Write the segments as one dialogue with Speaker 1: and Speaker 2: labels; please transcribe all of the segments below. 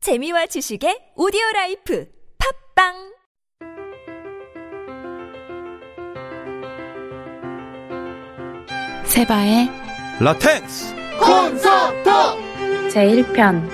Speaker 1: 재미와 지식의 오디오 라이프 팝빵
Speaker 2: 세바의
Speaker 3: 라텍스
Speaker 4: 콘서트
Speaker 5: 제1편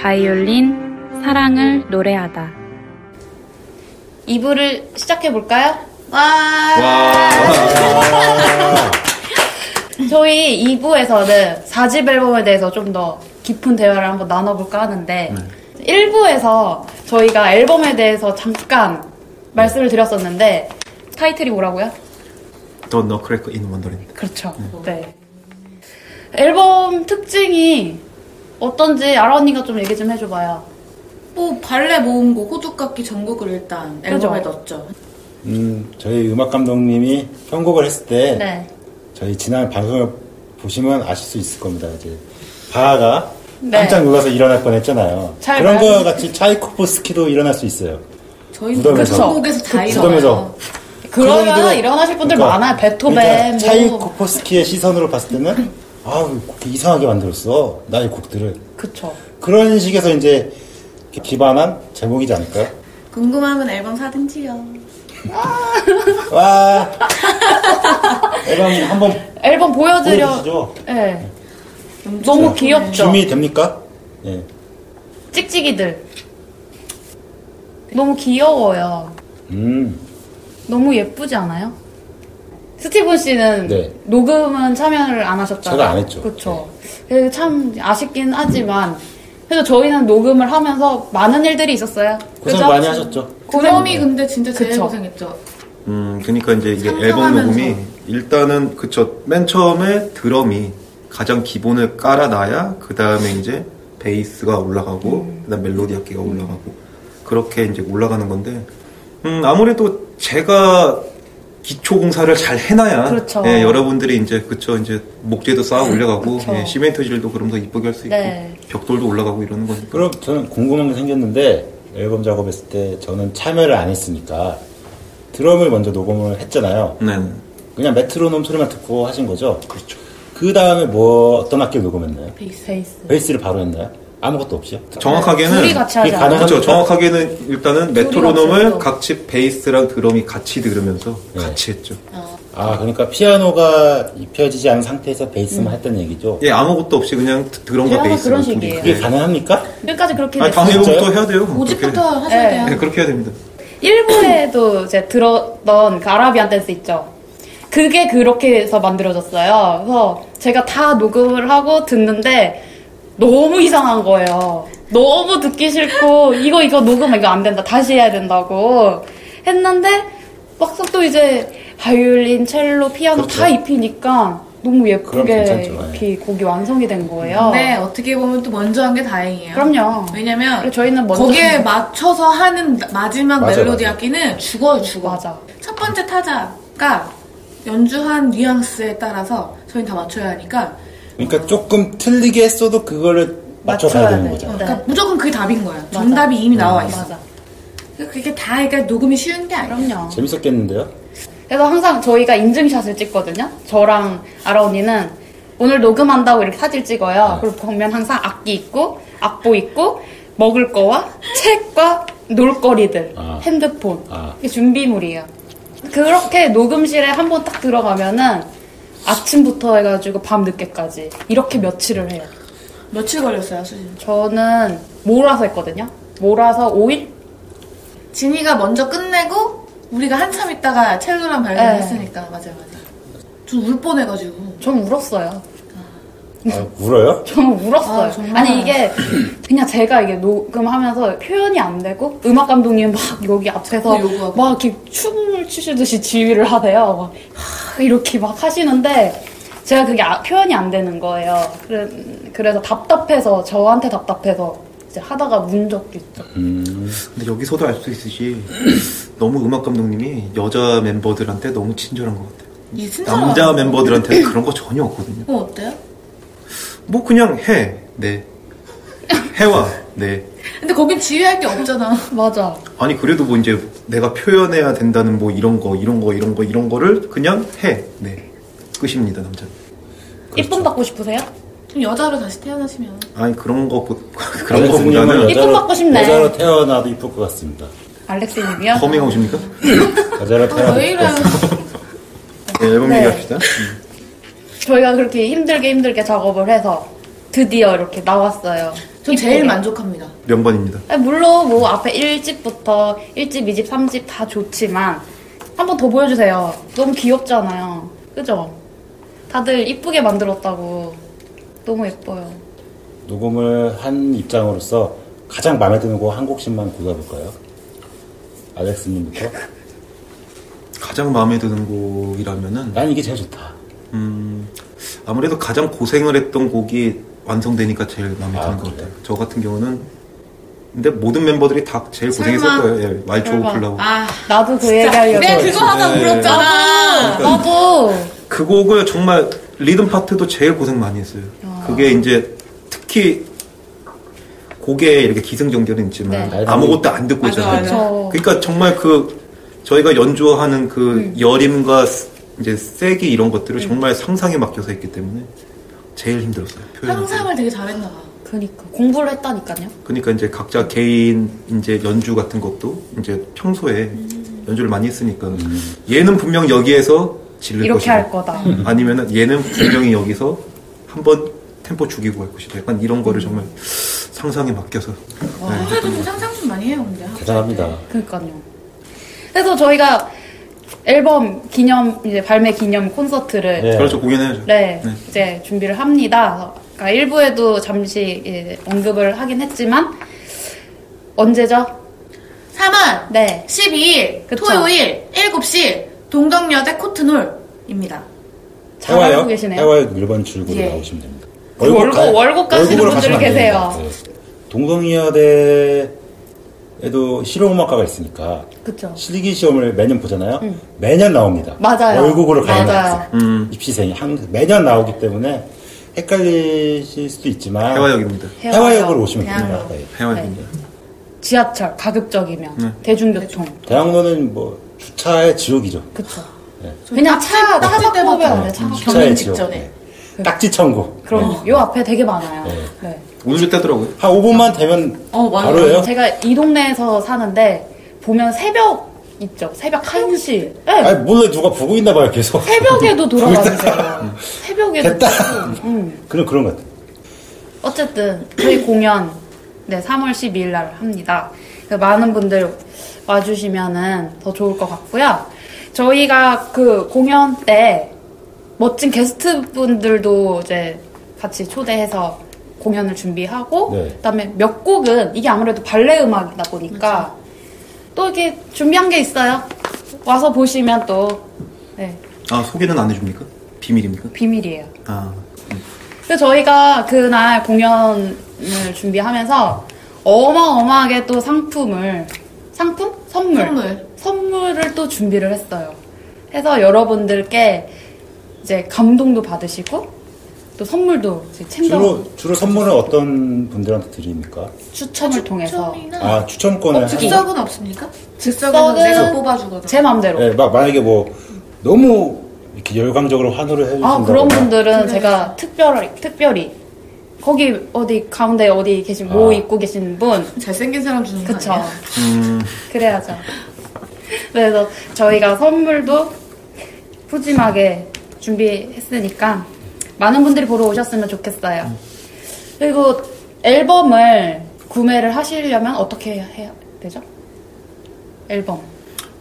Speaker 5: 바이올린 사랑을 노래하다
Speaker 6: 이부를 시작해 볼까요? 저희 2부에서는 4집 앨범에 대해서 좀 더 깊은 대화를 한번 나눠볼까 하는데 1부에서 저희가 앨범에 대해서 잠깐 말씀을 드렸었는데 타이틀이 뭐라고요?
Speaker 4: 더 너크래커 인 원더랜드
Speaker 6: 그렇죠. 네. 앨범 특징이 어떤지 아라 언니가 좀 얘기 좀 해줘봐요.
Speaker 7: 뭐 발레 모음곡 호두깎기 전곡을 일단 앨범에
Speaker 6: 그죠?
Speaker 7: 넣었죠.
Speaker 8: 음, 저희 음악 감독님이 편곡을 했을 때
Speaker 6: 네.
Speaker 8: 저희 지난 방송을 보시면 아실 수 있을 겁니다. 이제 바하가
Speaker 6: 네.
Speaker 8: 깜짝 놀라서 일어날 뻔했잖아요.
Speaker 6: 잘
Speaker 8: 그런
Speaker 6: 봐요.
Speaker 8: 거 같이 차이코프스키도 일어날 수 있어요.
Speaker 7: 저희
Speaker 8: 무덤에서.
Speaker 7: 전곡에서 다 일어나요.
Speaker 8: 무덤에서
Speaker 6: 아, 그러면
Speaker 8: 그런 분들은-
Speaker 6: 일어나실 분들
Speaker 8: 그러니까,
Speaker 6: 많아요. 베토벤,
Speaker 8: 그러니까
Speaker 6: 뭐.
Speaker 8: 차이코프스키의 시선으로 봤을 때는 아우 곡 이상하게 만들었어 나의 곡들을
Speaker 6: 그쵸.
Speaker 8: 그런 식에서 이제 기반한 제목이지 않을까요?
Speaker 7: 궁금하면 앨범 사든지요.
Speaker 8: 와 앨범 한번
Speaker 6: 앨범 보여드려.
Speaker 8: 보여주시죠.
Speaker 6: 네. 너무 귀엽죠?
Speaker 8: 준비 네. 됩니까? 예.
Speaker 6: 찍찍이들. 너무 귀여워요.
Speaker 8: 음.
Speaker 6: 너무 예쁘지 않아요? 스티븐 씨는
Speaker 8: 네.
Speaker 6: 녹음은 참여를 안 하셨잖아요.
Speaker 8: 제가 안 했죠. 네.
Speaker 6: 그렇죠. 참 아쉽긴 하지만 그래서 저희는 녹음을 하면서 많은 일들이 있었어요.
Speaker 8: 고생 많이 하셨죠.
Speaker 7: 고놈이 근데 진짜 제일
Speaker 6: 그쵸.
Speaker 7: 고생했죠.
Speaker 3: 음 그러니까 이제 이게 앨범
Speaker 7: 상상하면서.
Speaker 3: 녹음이 일단은 그쵸 맨 처음에 드럼이 가장 기본을 깔아놔야 그 다음에 이제 베이스가 올라가고 그다음 멜로디 악기가 올라가고 그렇게 이제 올라가는 건데 음 아무래도 제가 기초 공사를 잘 해놔야
Speaker 6: 그렇죠.
Speaker 3: 예, 여러분들이 이제 그쵸 이제 목재도 쌓아 올려가고
Speaker 6: 그쵸.
Speaker 3: 예, 시멘트질도 그럼 더 이쁘게 할 수 있고
Speaker 6: 네.
Speaker 3: 벽돌도 올라가고 이러는 거니까
Speaker 8: 그럼 저는 궁금한 게 생겼는데 앨범 작업했을 때 저는 참여를 안 했으니까 드럼을 먼저 녹음을 했잖아요.
Speaker 3: 네
Speaker 8: 그냥 메트로놈 소리만 듣고 하신 거죠? 그렇죠. 그 다음에 뭐 어떤 악기를 녹음했나요?
Speaker 6: 베이스. 베이스.
Speaker 8: 베이스를 바로 했나요? 아무것도 없이요?
Speaker 3: 정확하게는
Speaker 6: 둘이 같이 하지
Speaker 8: 그게
Speaker 6: 않아요?
Speaker 8: 가능한-
Speaker 3: 그렇죠. 정확하게는 일단은 메트로놈을
Speaker 6: 없어서.
Speaker 3: 각집 베이스랑 드럼이 같이 들으면서
Speaker 8: 네.
Speaker 3: 같이 했죠.
Speaker 8: 아 그러니까 피아노가 입혀지지 않은 상태에서
Speaker 6: 음.
Speaker 8: 베이스만 했던 얘기죠.
Speaker 3: 예, 아무것도 없이 그냥 드- 드럼과
Speaker 6: 그냥
Speaker 3: 베이스만
Speaker 6: 그런
Speaker 3: 두
Speaker 6: 식이에요.
Speaker 8: 그게
Speaker 3: 개.
Speaker 8: 가능합니까?
Speaker 6: 끝까지 그렇게
Speaker 3: 아,
Speaker 6: 됐어요.
Speaker 3: 다음
Speaker 8: 진짜요?
Speaker 3: 일부터 해야 돼요.
Speaker 7: 오집부터
Speaker 3: 그렇게.
Speaker 7: 하셔야
Speaker 6: 네.
Speaker 7: 돼요.
Speaker 3: 네, 그렇게 해야 됩니다.
Speaker 6: 일부에도 이제 들었던 그 아라비안 댄스 있죠. 그게 그렇게 해서 만들어졌어요. 그래서 제가 다 녹음을 하고 듣는데 너무 이상한 거예요. 너무 듣기 싫고 이거 이거 녹음 이거 안 된다 다시 해야 된다고 했는데 막상 또 이제 바이올린, 첼로, 피아노
Speaker 8: 그렇죠.
Speaker 6: 다 입히니까 너무
Speaker 8: 그럼
Speaker 6: 예쁘게
Speaker 8: 괜찮죠. 네.
Speaker 6: 이렇게 곡이 완성이 된 거예요.
Speaker 7: 근데 네, 어떻게 보면 또 먼저 한 게 다행이에요.
Speaker 6: 그럼요.
Speaker 7: 왜냐면
Speaker 6: 그리고 저희는 먼저
Speaker 7: 거기에
Speaker 6: 한 거.
Speaker 7: 맞춰서 하는 나- 마지막
Speaker 8: 맞아,
Speaker 7: 멜로디
Speaker 8: 맞아.
Speaker 7: 악기는 죽어요, 죽어.
Speaker 6: 맞아.
Speaker 7: 첫 번째 타자가 연주한 뉘앙스에 따라서 저희는 다 맞춰야 하니까
Speaker 8: 그러니까 조금 틀리게 했어도 그거를 맞춰가야
Speaker 6: 맞춰야
Speaker 8: 되는
Speaker 6: 돼.
Speaker 8: 거죠.
Speaker 6: 네.
Speaker 7: 그러니까 무조건 그게 답인 거야. 정답이 이미 나와 있어.
Speaker 6: 맞아.
Speaker 7: 그게 다 그러니까 녹음이 쉬운 게 아니야.
Speaker 6: 그럼요.
Speaker 8: 재밌었겠는데요?
Speaker 6: 그래서 항상 저희가 인증샷을 찍거든요. 저랑 아라 언니는 오늘 녹음한다고 이렇게 사진
Speaker 8: 네.
Speaker 6: 찍어요. 그리고 보면 항상 악기 있고, 악보 있고, 먹을 거와 책과 놀거리들,
Speaker 8: 아.
Speaker 6: 핸드폰.
Speaker 8: 아.
Speaker 6: 이게 준비물이에요. 그렇게 녹음실에 한 번 딱 들어가면은 아침부터 해가지고 밤 늦게까지 이렇게 며칠을 해요.
Speaker 7: 며칠 걸렸어요, 수진.
Speaker 6: 저는 몰아서 했거든요. 몰아서 5일?
Speaker 7: 진이가 먼저 끝내고 우리가 한참 있다가 첼로랑 발레를
Speaker 6: 네.
Speaker 7: 했으니까 맞아요, 맞아요. 전 울 뻔해가지고.
Speaker 6: 전 울었어요.
Speaker 8: 아, 울어요?
Speaker 6: 정말 울었어요.
Speaker 7: 아,
Speaker 6: 아,
Speaker 7: 정말.
Speaker 6: 니 이게 그냥 제가 이게 녹음하면서 표현이 안 되고 음악 감독님 막 여기 앞에서
Speaker 7: 자꾸 네, 요구하고.
Speaker 6: 막 이렇게 춤을 추시듯이 지휘를 하세요. 막 하, 이렇게 막 하시는데 제가 그게 아- 표현이 안 되는 거예요. 그래, 그래서 답답해서 저한테 답답해서 이제 하다가 문 적도 있죠.
Speaker 3: 근데 여기서도 알 수 있듯이 너무 음악 감독님이 여자 멤버들한테 너무 친절한 것 같아요.
Speaker 7: 이 친절하다.
Speaker 3: 남자 멤버들한테는 그런 거 전혀 없거든요.
Speaker 7: 어, 어때요?
Speaker 3: 뭐 그냥 해. 네. 해와. 네.
Speaker 7: 근데 거긴 지휘할 게 없잖아.
Speaker 6: 맞아.
Speaker 3: 아니 그래도 뭐 이제 내가 표현해야 된다는 뭐 이런 거 이런 거 이런 거 이런 거를 그냥 해. 네. 끝입니다 남자.
Speaker 6: 이쁨 받고 싶으세요?
Speaker 7: 그럼 여자로 다시 태어나시면
Speaker 3: 아니 그런 거 보- 그런
Speaker 8: 알렉스님은
Speaker 3: 거보다는
Speaker 6: 이쁨 받고 싶네.
Speaker 8: 여자로 태어나도 이쁠 것 같습니다.
Speaker 6: 알렉스님이요?
Speaker 3: 커밍아웃입니까?
Speaker 8: 여자로
Speaker 7: 아,
Speaker 8: 태어나도
Speaker 7: 왜
Speaker 8: 이쁠
Speaker 7: 이래요?
Speaker 8: 것
Speaker 3: 네, 앨범
Speaker 6: 네.
Speaker 3: 얘기합시다.
Speaker 6: 저희가 그렇게 힘들게 힘들게 작업을 해서 드디어 이렇게 나왔어요.
Speaker 7: 전 제일
Speaker 6: 이쁘게.
Speaker 7: 만족합니다.
Speaker 3: 명반입니다.
Speaker 6: 아니, 물론 뭐 앞에 1집부터 1집, 2집, 3집 다 좋지만 한 번 더 보여주세요. 너무 귀엽잖아요. 그죠? 다들 이쁘게 만들었다고. 너무 예뻐요.
Speaker 8: 녹음을 한 입장으로서 가장 마음에 드는 곡 한 곡씩만 골라볼까요? 알렉스님부터.
Speaker 3: 가장 마음에 드는 곡이라면은
Speaker 8: 난 이게 제일 좋다.
Speaker 3: 음, 아무래도 가장 고생을 했던 곡이 완성되니까 제일 마음에
Speaker 8: 아,
Speaker 3: 드는 것
Speaker 8: 그래요?
Speaker 3: 같아요. 저 같은 경우는 근데 모든 멤버들이 다 제일 고생했을
Speaker 7: 설마.
Speaker 3: 거예요. 예, 말조
Speaker 6: 설마.
Speaker 3: 불라고.
Speaker 7: 아,
Speaker 6: 나도 그 얘기 하려고.
Speaker 7: 내가 그거 하다
Speaker 3: 네.
Speaker 7: 울었잖아.
Speaker 6: 나도!
Speaker 3: 그 곡을 정말 리듬 파트도 제일 고생 많이 했어요. 그게 이제 특히 곡에 이렇게 기승전결은 있지만
Speaker 8: 네.
Speaker 3: 아무것도 안 듣고
Speaker 7: 맞아,
Speaker 3: 있잖아요.
Speaker 7: 맞아.
Speaker 6: 저.
Speaker 3: 그러니까 정말 그 저희가 연주하는 그 여림과 스- 이제 세기 이런 것들을 정말 상상에 맡겨서 했기 때문에 제일 힘들었어요. 표현하기.
Speaker 7: 상상을 되게 잘했나 봐.
Speaker 6: 그니까. 공부를 했다니까요.
Speaker 3: 그러니까 이제 각자 개인 이제 연주 같은 것도 이제 평소에 연주를 많이 했으니까 얘는 분명 여기에서 질릴
Speaker 6: 이렇게
Speaker 3: 것이다.
Speaker 6: 할 거다.
Speaker 3: 아니면은 얘는 분명히 여기서 한번 템포 죽이고 할 것이다. 약간 이런 거를 정말 상상에 맡겨서 네,
Speaker 7: 평소에도 어, 좀 상상 좀 많이 해요, 근데.
Speaker 8: 대단합니다.
Speaker 6: 그니까요. 그래서 저희가 앨범 기념, 이제 발매 기념 콘서트를
Speaker 8: 네.
Speaker 3: 그렇죠 공연해야죠.
Speaker 6: 네,
Speaker 3: 네.
Speaker 6: 이제 준비를 합니다. 그러니까 일부에도 잠시 예, 언급을 하긴 했지만 언제죠?
Speaker 7: 3월
Speaker 6: 네.
Speaker 7: 12일
Speaker 6: 그쵸.
Speaker 7: 토요일 7시 동덕여대 코트놀입니다.
Speaker 6: 잘하고 계시네요.
Speaker 8: 해와요 1번 줄구로
Speaker 7: 예.
Speaker 8: 나오시면 됩니다.
Speaker 6: 그 월급-
Speaker 8: 가-
Speaker 6: 월급 가시는
Speaker 8: 월급으로
Speaker 6: 분들이
Speaker 8: 가시면 안
Speaker 6: 계세요.
Speaker 8: 됩니다. 네. 동성이여대에도 실용음악과가 있으니까
Speaker 6: 그쵸. 음.
Speaker 8: 실기 시험을 매년 보잖아요. 매년 나옵니다.
Speaker 6: 맞아요.
Speaker 8: 월급으로 가는
Speaker 6: 맞아요.
Speaker 8: 학생.
Speaker 3: 음.
Speaker 8: 입시생이 한, 매년 나오기 때문에 헷갈리실 수도 있지만
Speaker 3: 해화역입니다.
Speaker 8: 해와역으로 오시면 됩니다.
Speaker 7: 대학로.
Speaker 8: 네.
Speaker 3: 해화역입니다.
Speaker 6: 지하철 가급적이면
Speaker 3: 네.
Speaker 6: 대중교통.
Speaker 8: 대학로는 뭐 주차의 지옥이죠.
Speaker 6: 그쵸.
Speaker 8: 네.
Speaker 6: 그냥 차,
Speaker 7: 딱지
Speaker 6: 차가
Speaker 7: 때부터
Speaker 6: 뽑아야 돼.
Speaker 7: 네,
Speaker 6: 차가.
Speaker 7: 차.
Speaker 8: 주차의
Speaker 7: 경영
Speaker 8: 지옥.
Speaker 7: 직전에.
Speaker 8: 네. 딱지 천국.
Speaker 6: 그럼
Speaker 8: 네.
Speaker 6: 요 앞에 되게 많아요.
Speaker 8: 네.
Speaker 6: 네.
Speaker 3: 오늘 때더라고요.
Speaker 8: 한 5분만 되면
Speaker 7: 어, 맞아요.
Speaker 8: 바로예요.
Speaker 6: 제가 이 동네에서 사는데 보면 새벽 있죠. 새벽 1시. 네.
Speaker 8: 아니 몰래 누가 보고 있나 봐요 계속.
Speaker 6: 새벽에도 돌아가주세요. 새벽에도.
Speaker 8: 됐다.
Speaker 6: 돌아가고. 음.
Speaker 8: 그런 그런 것 같아.
Speaker 6: 어쨌든 저희 공연 네 3월 12일 날 합니다. 그 많은 분들 와주시면은 더 좋을 것 같고요. 저희가 그 공연 때 멋진 게스트 분들도 이제 같이 초대해서 공연을 준비하고
Speaker 8: 네.
Speaker 6: 그다음에 몇 곡은 이게 아무래도 발레 음악이다 보니까 또 이렇게 준비한 게 있어요. 와서 보시면 또 네,
Speaker 3: 아 소개는 안 해줍니까? 비밀입니까?
Speaker 6: 비밀이에요.
Speaker 3: 아
Speaker 6: 근데 저희가 그날 공연을 준비하면서 어마어마하게 또 상품을 상품? 선물.
Speaker 7: 선물.
Speaker 6: 을또 준비를 했어요. 해서 여러분들께 이제 감동도 받으시고 또 선물도 이제 챙겨
Speaker 8: 주로 주로 선물은 어떤 분들한테 드립니까?
Speaker 6: 추첨을 통해서
Speaker 7: 추첨이나
Speaker 8: 아
Speaker 6: 어,
Speaker 8: 추첨권을 한-
Speaker 7: 즉석은 없습니까? 즉석은 내가 뽑아주거든.
Speaker 6: 제 맘대로.
Speaker 8: 네, 막 만약에 뭐 너무 이렇게 열광적으로 환호를 해주신다.
Speaker 6: 아 그런 분들은 제가 특별히 특별히 거기 어디 가운데 어디 계신 모
Speaker 8: 아.
Speaker 6: 입고 계신 분
Speaker 7: 잘생긴 사람 주는 거
Speaker 6: 그쵸.
Speaker 7: 아니야?
Speaker 8: 음.
Speaker 6: 그래야죠. 그래서 저희가 선물도 푸짐하게 준비했으니까 많은 분들이 보러 오셨으면 좋겠어요. 그리고 앨범을 구매를 하시려면 어떻게 해야 되죠? 앨범.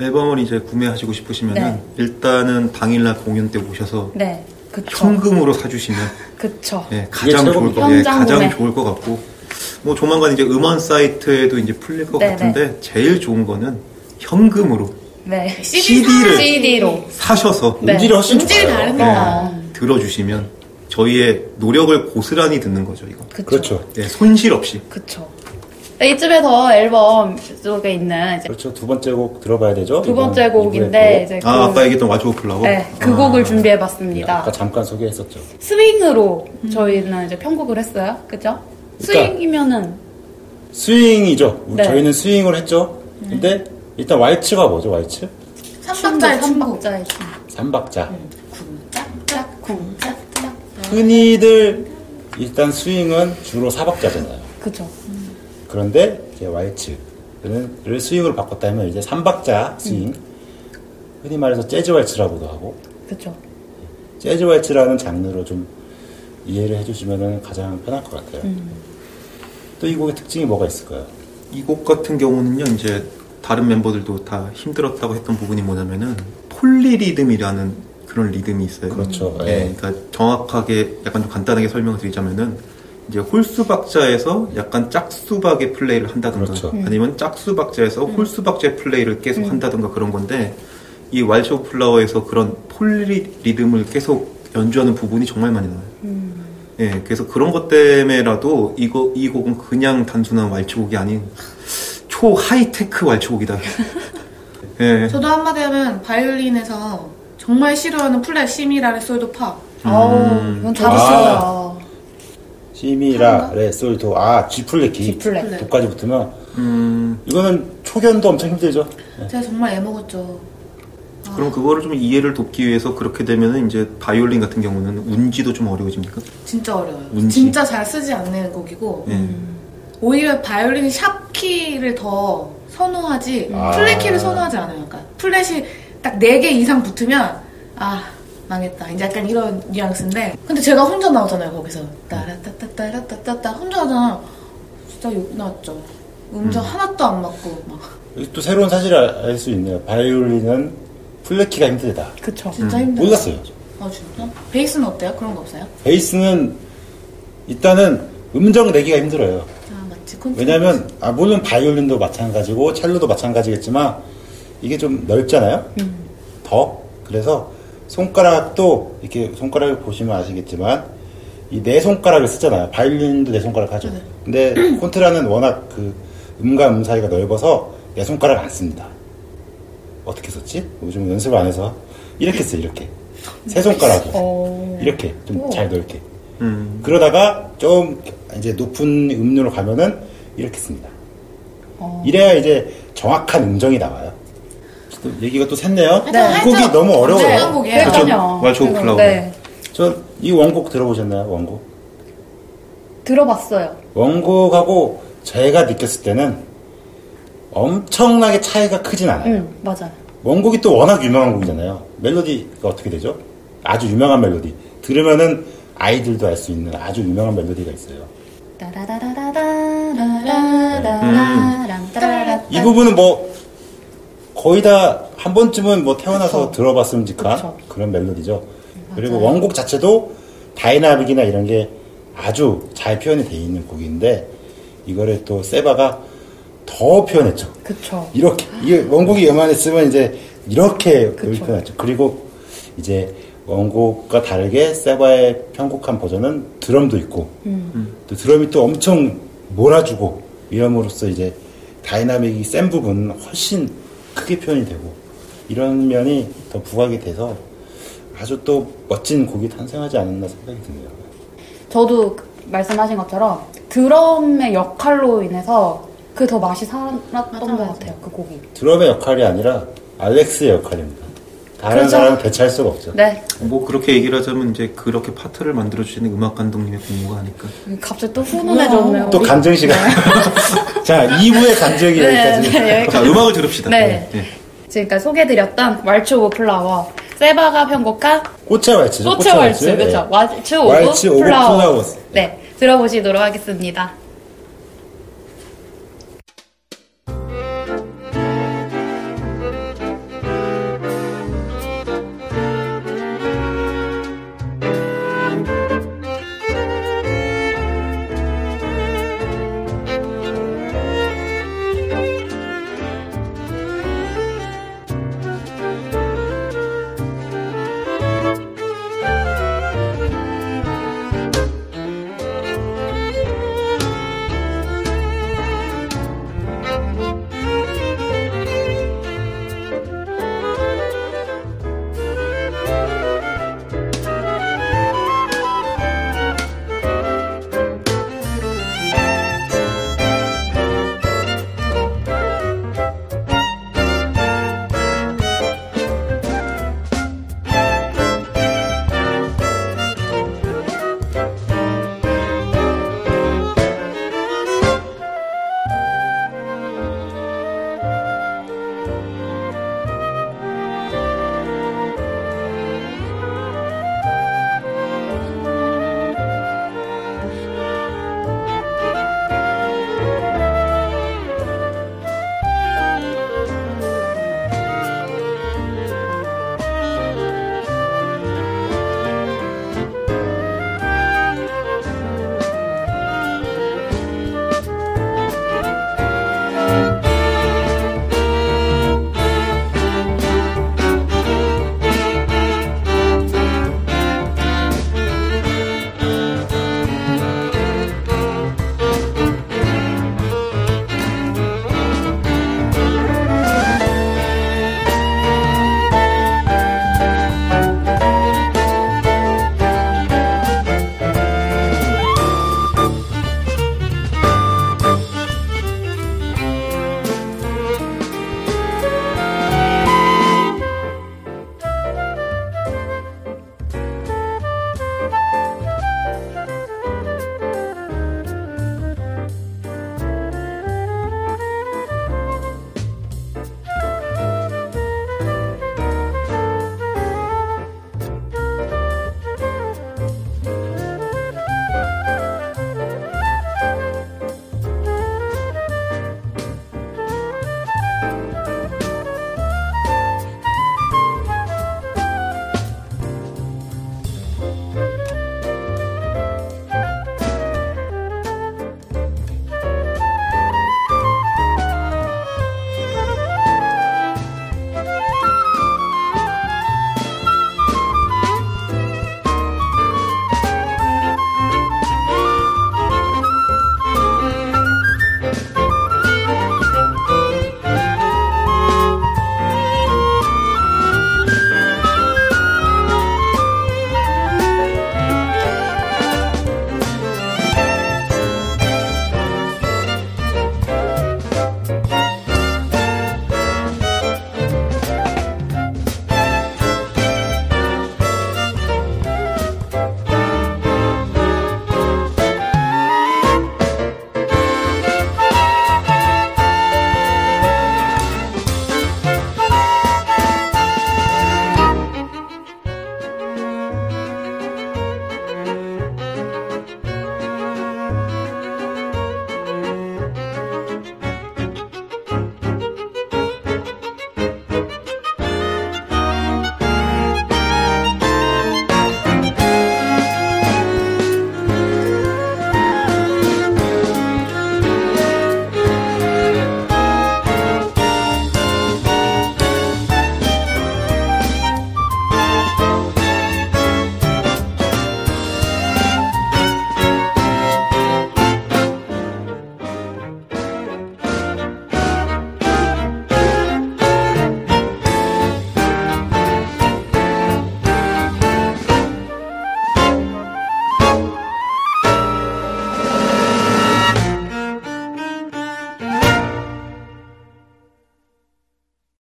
Speaker 3: 앨범을 이제 구매하시고 싶으시면은
Speaker 6: 네.
Speaker 3: 일단은 당일날 공연 때 오셔서
Speaker 6: 네. 그쵸.
Speaker 3: 현금으로 사주시면.
Speaker 6: 그쵸.
Speaker 3: 네,
Speaker 8: 이게
Speaker 3: 가장 좋을
Speaker 8: 최고입니다.
Speaker 3: 것, 예,
Speaker 6: 현장
Speaker 3: 가장
Speaker 6: 구매.
Speaker 3: 좋을 것 같고 뭐 조만간 이제 음원 사이트에도 이제 풀릴 것
Speaker 6: 네네.
Speaker 3: 같은데 제일 좋은 거는 현금으로
Speaker 6: 네.
Speaker 3: CD를
Speaker 6: CD로.
Speaker 3: 사셔서
Speaker 6: 네.
Speaker 8: 음질이 훨씬
Speaker 7: 음질이
Speaker 8: 좋아요.
Speaker 7: 다른데.
Speaker 3: 예,
Speaker 6: 어.
Speaker 3: 들어주시면 저희의 노력을 고스란히 듣는 거죠 이거.
Speaker 6: 그쵸.
Speaker 8: 그렇죠.
Speaker 3: 예, 손실 없이
Speaker 6: 그쵸. 이쯤에서 앨범 속에 있는 이제
Speaker 8: 그렇죠. 두 번째 곡 들어봐야 되죠.
Speaker 6: 두
Speaker 8: 이번-
Speaker 6: 번째
Speaker 8: 이번에 네,
Speaker 6: 곡인데
Speaker 8: 곡.
Speaker 6: 이제 그,
Speaker 3: 아 아까 얘기했던 와주고 플라워
Speaker 8: 어.
Speaker 6: 네, 그
Speaker 8: 아.
Speaker 6: 곡을 준비해봤습니다.
Speaker 8: 아까 잠깐 소개했었죠.
Speaker 6: 스윙으로
Speaker 7: 음.
Speaker 6: 저희는 이제 편곡을 했어요. 그죠?
Speaker 8: 그러니까-
Speaker 6: 스윙이면은
Speaker 8: 스윙이죠.
Speaker 6: 네. 음.
Speaker 8: 저희는 스윙을 했죠. 근데 일단 왈츠가 뭐죠? 왈츠?
Speaker 7: 삼박자의 천국.
Speaker 6: 삼박자의 춤.
Speaker 8: 삼박자.
Speaker 7: 쿵짝짝 쿵짝짝.
Speaker 8: 흔히들 일단 스윙은 주로 사박자잖아요.
Speaker 6: 그쵸.
Speaker 8: 그런데 이제 왈츠를 스윙으로 바꿨다면 이제 삼박자 스윙, 흔히 말해서 재즈 왈츠라고도 하고
Speaker 6: 그쵸.
Speaker 7: 음.
Speaker 8: 재즈 왈츠라는 장르로 좀 이해를 해주시면 가장 편할 것 같아요. 또 이 곡의 특징이 뭐가 있을까요?
Speaker 3: 이 곡 같은 경우는요, 이제 다른 멤버들도 다 힘들었다고 했던 부분이 뭐냐면은 폴리 리듬이라는 그런 리듬이 있어요.
Speaker 8: 그렇죠.
Speaker 3: 예,
Speaker 8: 예.
Speaker 3: 그러니까 정확하게 약간 좀 간단하게 설명을 드리자면은 이제 홀수 박자에서 약간 짝수 박의 플레이를 한다든가
Speaker 8: 그렇죠.
Speaker 3: 아니면 짝수 박자에서 홀수 박자의 플레이를 계속 한다든가 그런 건데 이 왈츠 오브 플라워에서 그런 폴리 리듬을 계속 연주하는 부분이 정말 많이 나와요. 예, 그래서 그런 것 때문에라도 이거 이 곡은 그냥 단순한 왈츠곡이 아닌 초 하이테크 왈츠곡이다. 예.
Speaker 7: 저도 한마디 하면 바이올린에서 정말 싫어하는 플랫 시미라의 솔도 파.
Speaker 6: 아우, 이건 다 좋아요.
Speaker 8: 시미라, 레, 솔, 도, 아, G 플랫, 기.
Speaker 6: G 플랫.
Speaker 8: 도까지 붙으면,
Speaker 3: 음,
Speaker 8: 이거는 초견도 엄청 힘들죠.
Speaker 7: 제가 정말 애먹었죠.
Speaker 3: 그럼 그거를 좀 이해를 돕기 위해서 그렇게 되면은 이제 바이올린 같은 경우는 운지도 좀 어려워집니까?
Speaker 7: 진짜 어려워요.
Speaker 3: 문지.
Speaker 7: 진짜 잘 쓰지 않는 곡이고
Speaker 3: 예.
Speaker 7: 오히려 바이올린 샵 키를 더 선호하지
Speaker 8: 아.
Speaker 7: 플랫 키를 선호하지 않아요. 그러니까 플랫이 딱 4개 이상 붙으면 아 망했다. 이제 약간 이런 뉘앙스인데 근데 제가 혼자 나오잖아요. 거기서 따라따따따라따따따 혼자 하잖아. 진짜 욕 나왔죠. 음정 하나도 안 맞고 막
Speaker 8: 여기 또 새로운 사실을 알 수 있네요. 바이올린은 플랫키가 힘들다.
Speaker 6: 그쵸.
Speaker 7: 진짜 힘들어요.
Speaker 8: 몰랐어요.
Speaker 7: 아 진짜? 베이스는 어때요? 그런 거 없어요?
Speaker 8: 베이스는 일단은 음정 내기가 힘들어요.
Speaker 7: 아 맞지. 콘
Speaker 8: 왜냐면, 아, 물론 바이올린도 마찬가지고, 첼로도 마찬가지겠지만, 이게 좀 넓잖아요? 더? 그래서, 손가락도, 이렇게 손가락을 보시면 아시겠지만, 이 네 손가락을 쓰잖아요. 바이올린도 네 손가락 하죠. 근데, 콘트라는 워낙 그, 음과 음 사이가 넓어서, 네 손가락 안 씁니다. 어떻게 썼지? 요즘 연습을 안 해서. 이렇게 써, 이렇게. 세 손가락으로. 이렇게. 좀 잘 넓게.
Speaker 3: 음.
Speaker 8: 그러다가 좀 이제 높은 음료로 가면은 이렇게 씁니다.
Speaker 7: 어.
Speaker 8: 이래야 이제 정확한 음정이 나와요. 또 얘기가 또 샜네요.
Speaker 7: 네.
Speaker 8: 이 곡이 너무
Speaker 7: 네.
Speaker 8: 어려워요.
Speaker 7: 곡이에요.
Speaker 6: 그럼요.
Speaker 3: 왈츠 오브
Speaker 6: 그거,
Speaker 3: 플라워.
Speaker 6: 네.
Speaker 8: 저 이 원곡 들어보셨나요? 원곡.
Speaker 6: 들어봤어요.
Speaker 8: 원곡하고 제가 느꼈을 때는 엄청나게 차이가 크진
Speaker 7: 음.
Speaker 8: 않아요.
Speaker 6: 응, 음, 맞아.
Speaker 8: 원곡이 또 워낙 유명한 곡이잖아요. 멜로디가 어떻게 되죠? 아주 유명한 멜로디. 들으면은 아이들도 알 수 있는 아주 유명한 멜로디가 있어요. 음.
Speaker 6: 따라라라라라라라라라라라.
Speaker 8: 이 부분은 뭐 거의 다 한 번쯤은 뭐
Speaker 6: 그쵸.
Speaker 8: 태어나서
Speaker 6: 음,
Speaker 8: 들어봤음직한 그런 멜로디죠. 그리고 원곡 자체도 다이나믹이나 이런 게 아주 잘 표현이 돼 있는 곡인데 이거를 또 세바가 더 표현했죠.
Speaker 6: 그쵸.
Speaker 8: 이렇게 이게 원곡이 요만했으면 이제 이렇게 표현했죠. 그리고 이제 원곡과 다르게 세바의 편곡한 버전은 드럼도 있고
Speaker 6: 음.
Speaker 8: 또 드럼이 또 엄청 몰아주고 이럼으로써 이제 다이나믹이 센 부분은 훨씬 크게 표현이 되고 이런 면이 더 부각이 돼서 아주 또 멋진 곡이 탄생하지 않았나 생각이 드네요.
Speaker 6: 저도 그- 말씀하신 것처럼 드럼의 역할로 인해서 그 더 맛이 살았던
Speaker 7: 맞아,
Speaker 6: 것
Speaker 7: 맞아.
Speaker 6: 같아요, 그 곡이.
Speaker 8: 드럼의 역할이 아니라 알렉스의 역할입니다. 다른
Speaker 6: 그렇죠.
Speaker 8: 사람은 대체할 수가 없죠.
Speaker 6: 네.
Speaker 3: 뭐 그렇게 얘기를 하자면 이제 그렇게 파트를 만들어 주시는 음악 감독님의 공로가 아닐까.
Speaker 6: 갑자기 또 훈훈해졌네요.
Speaker 8: 또 간증 시간. 자, 2부의 간증이 여기까지.
Speaker 6: 네,
Speaker 3: 자, 음악을 들읍시다.
Speaker 6: 네.
Speaker 3: 예.
Speaker 6: 지금까지 소개드렸던 왈츠 오브 플라워. 세바가 편곡한
Speaker 8: 꽃의 왈츠죠. 네.
Speaker 6: 소츠 네. 왈츠, 그쵸? 왈츠 오브
Speaker 8: 왈츠 오브
Speaker 6: 플라워.
Speaker 8: 플라워.
Speaker 6: 네, 들어보시도록 하겠습니다.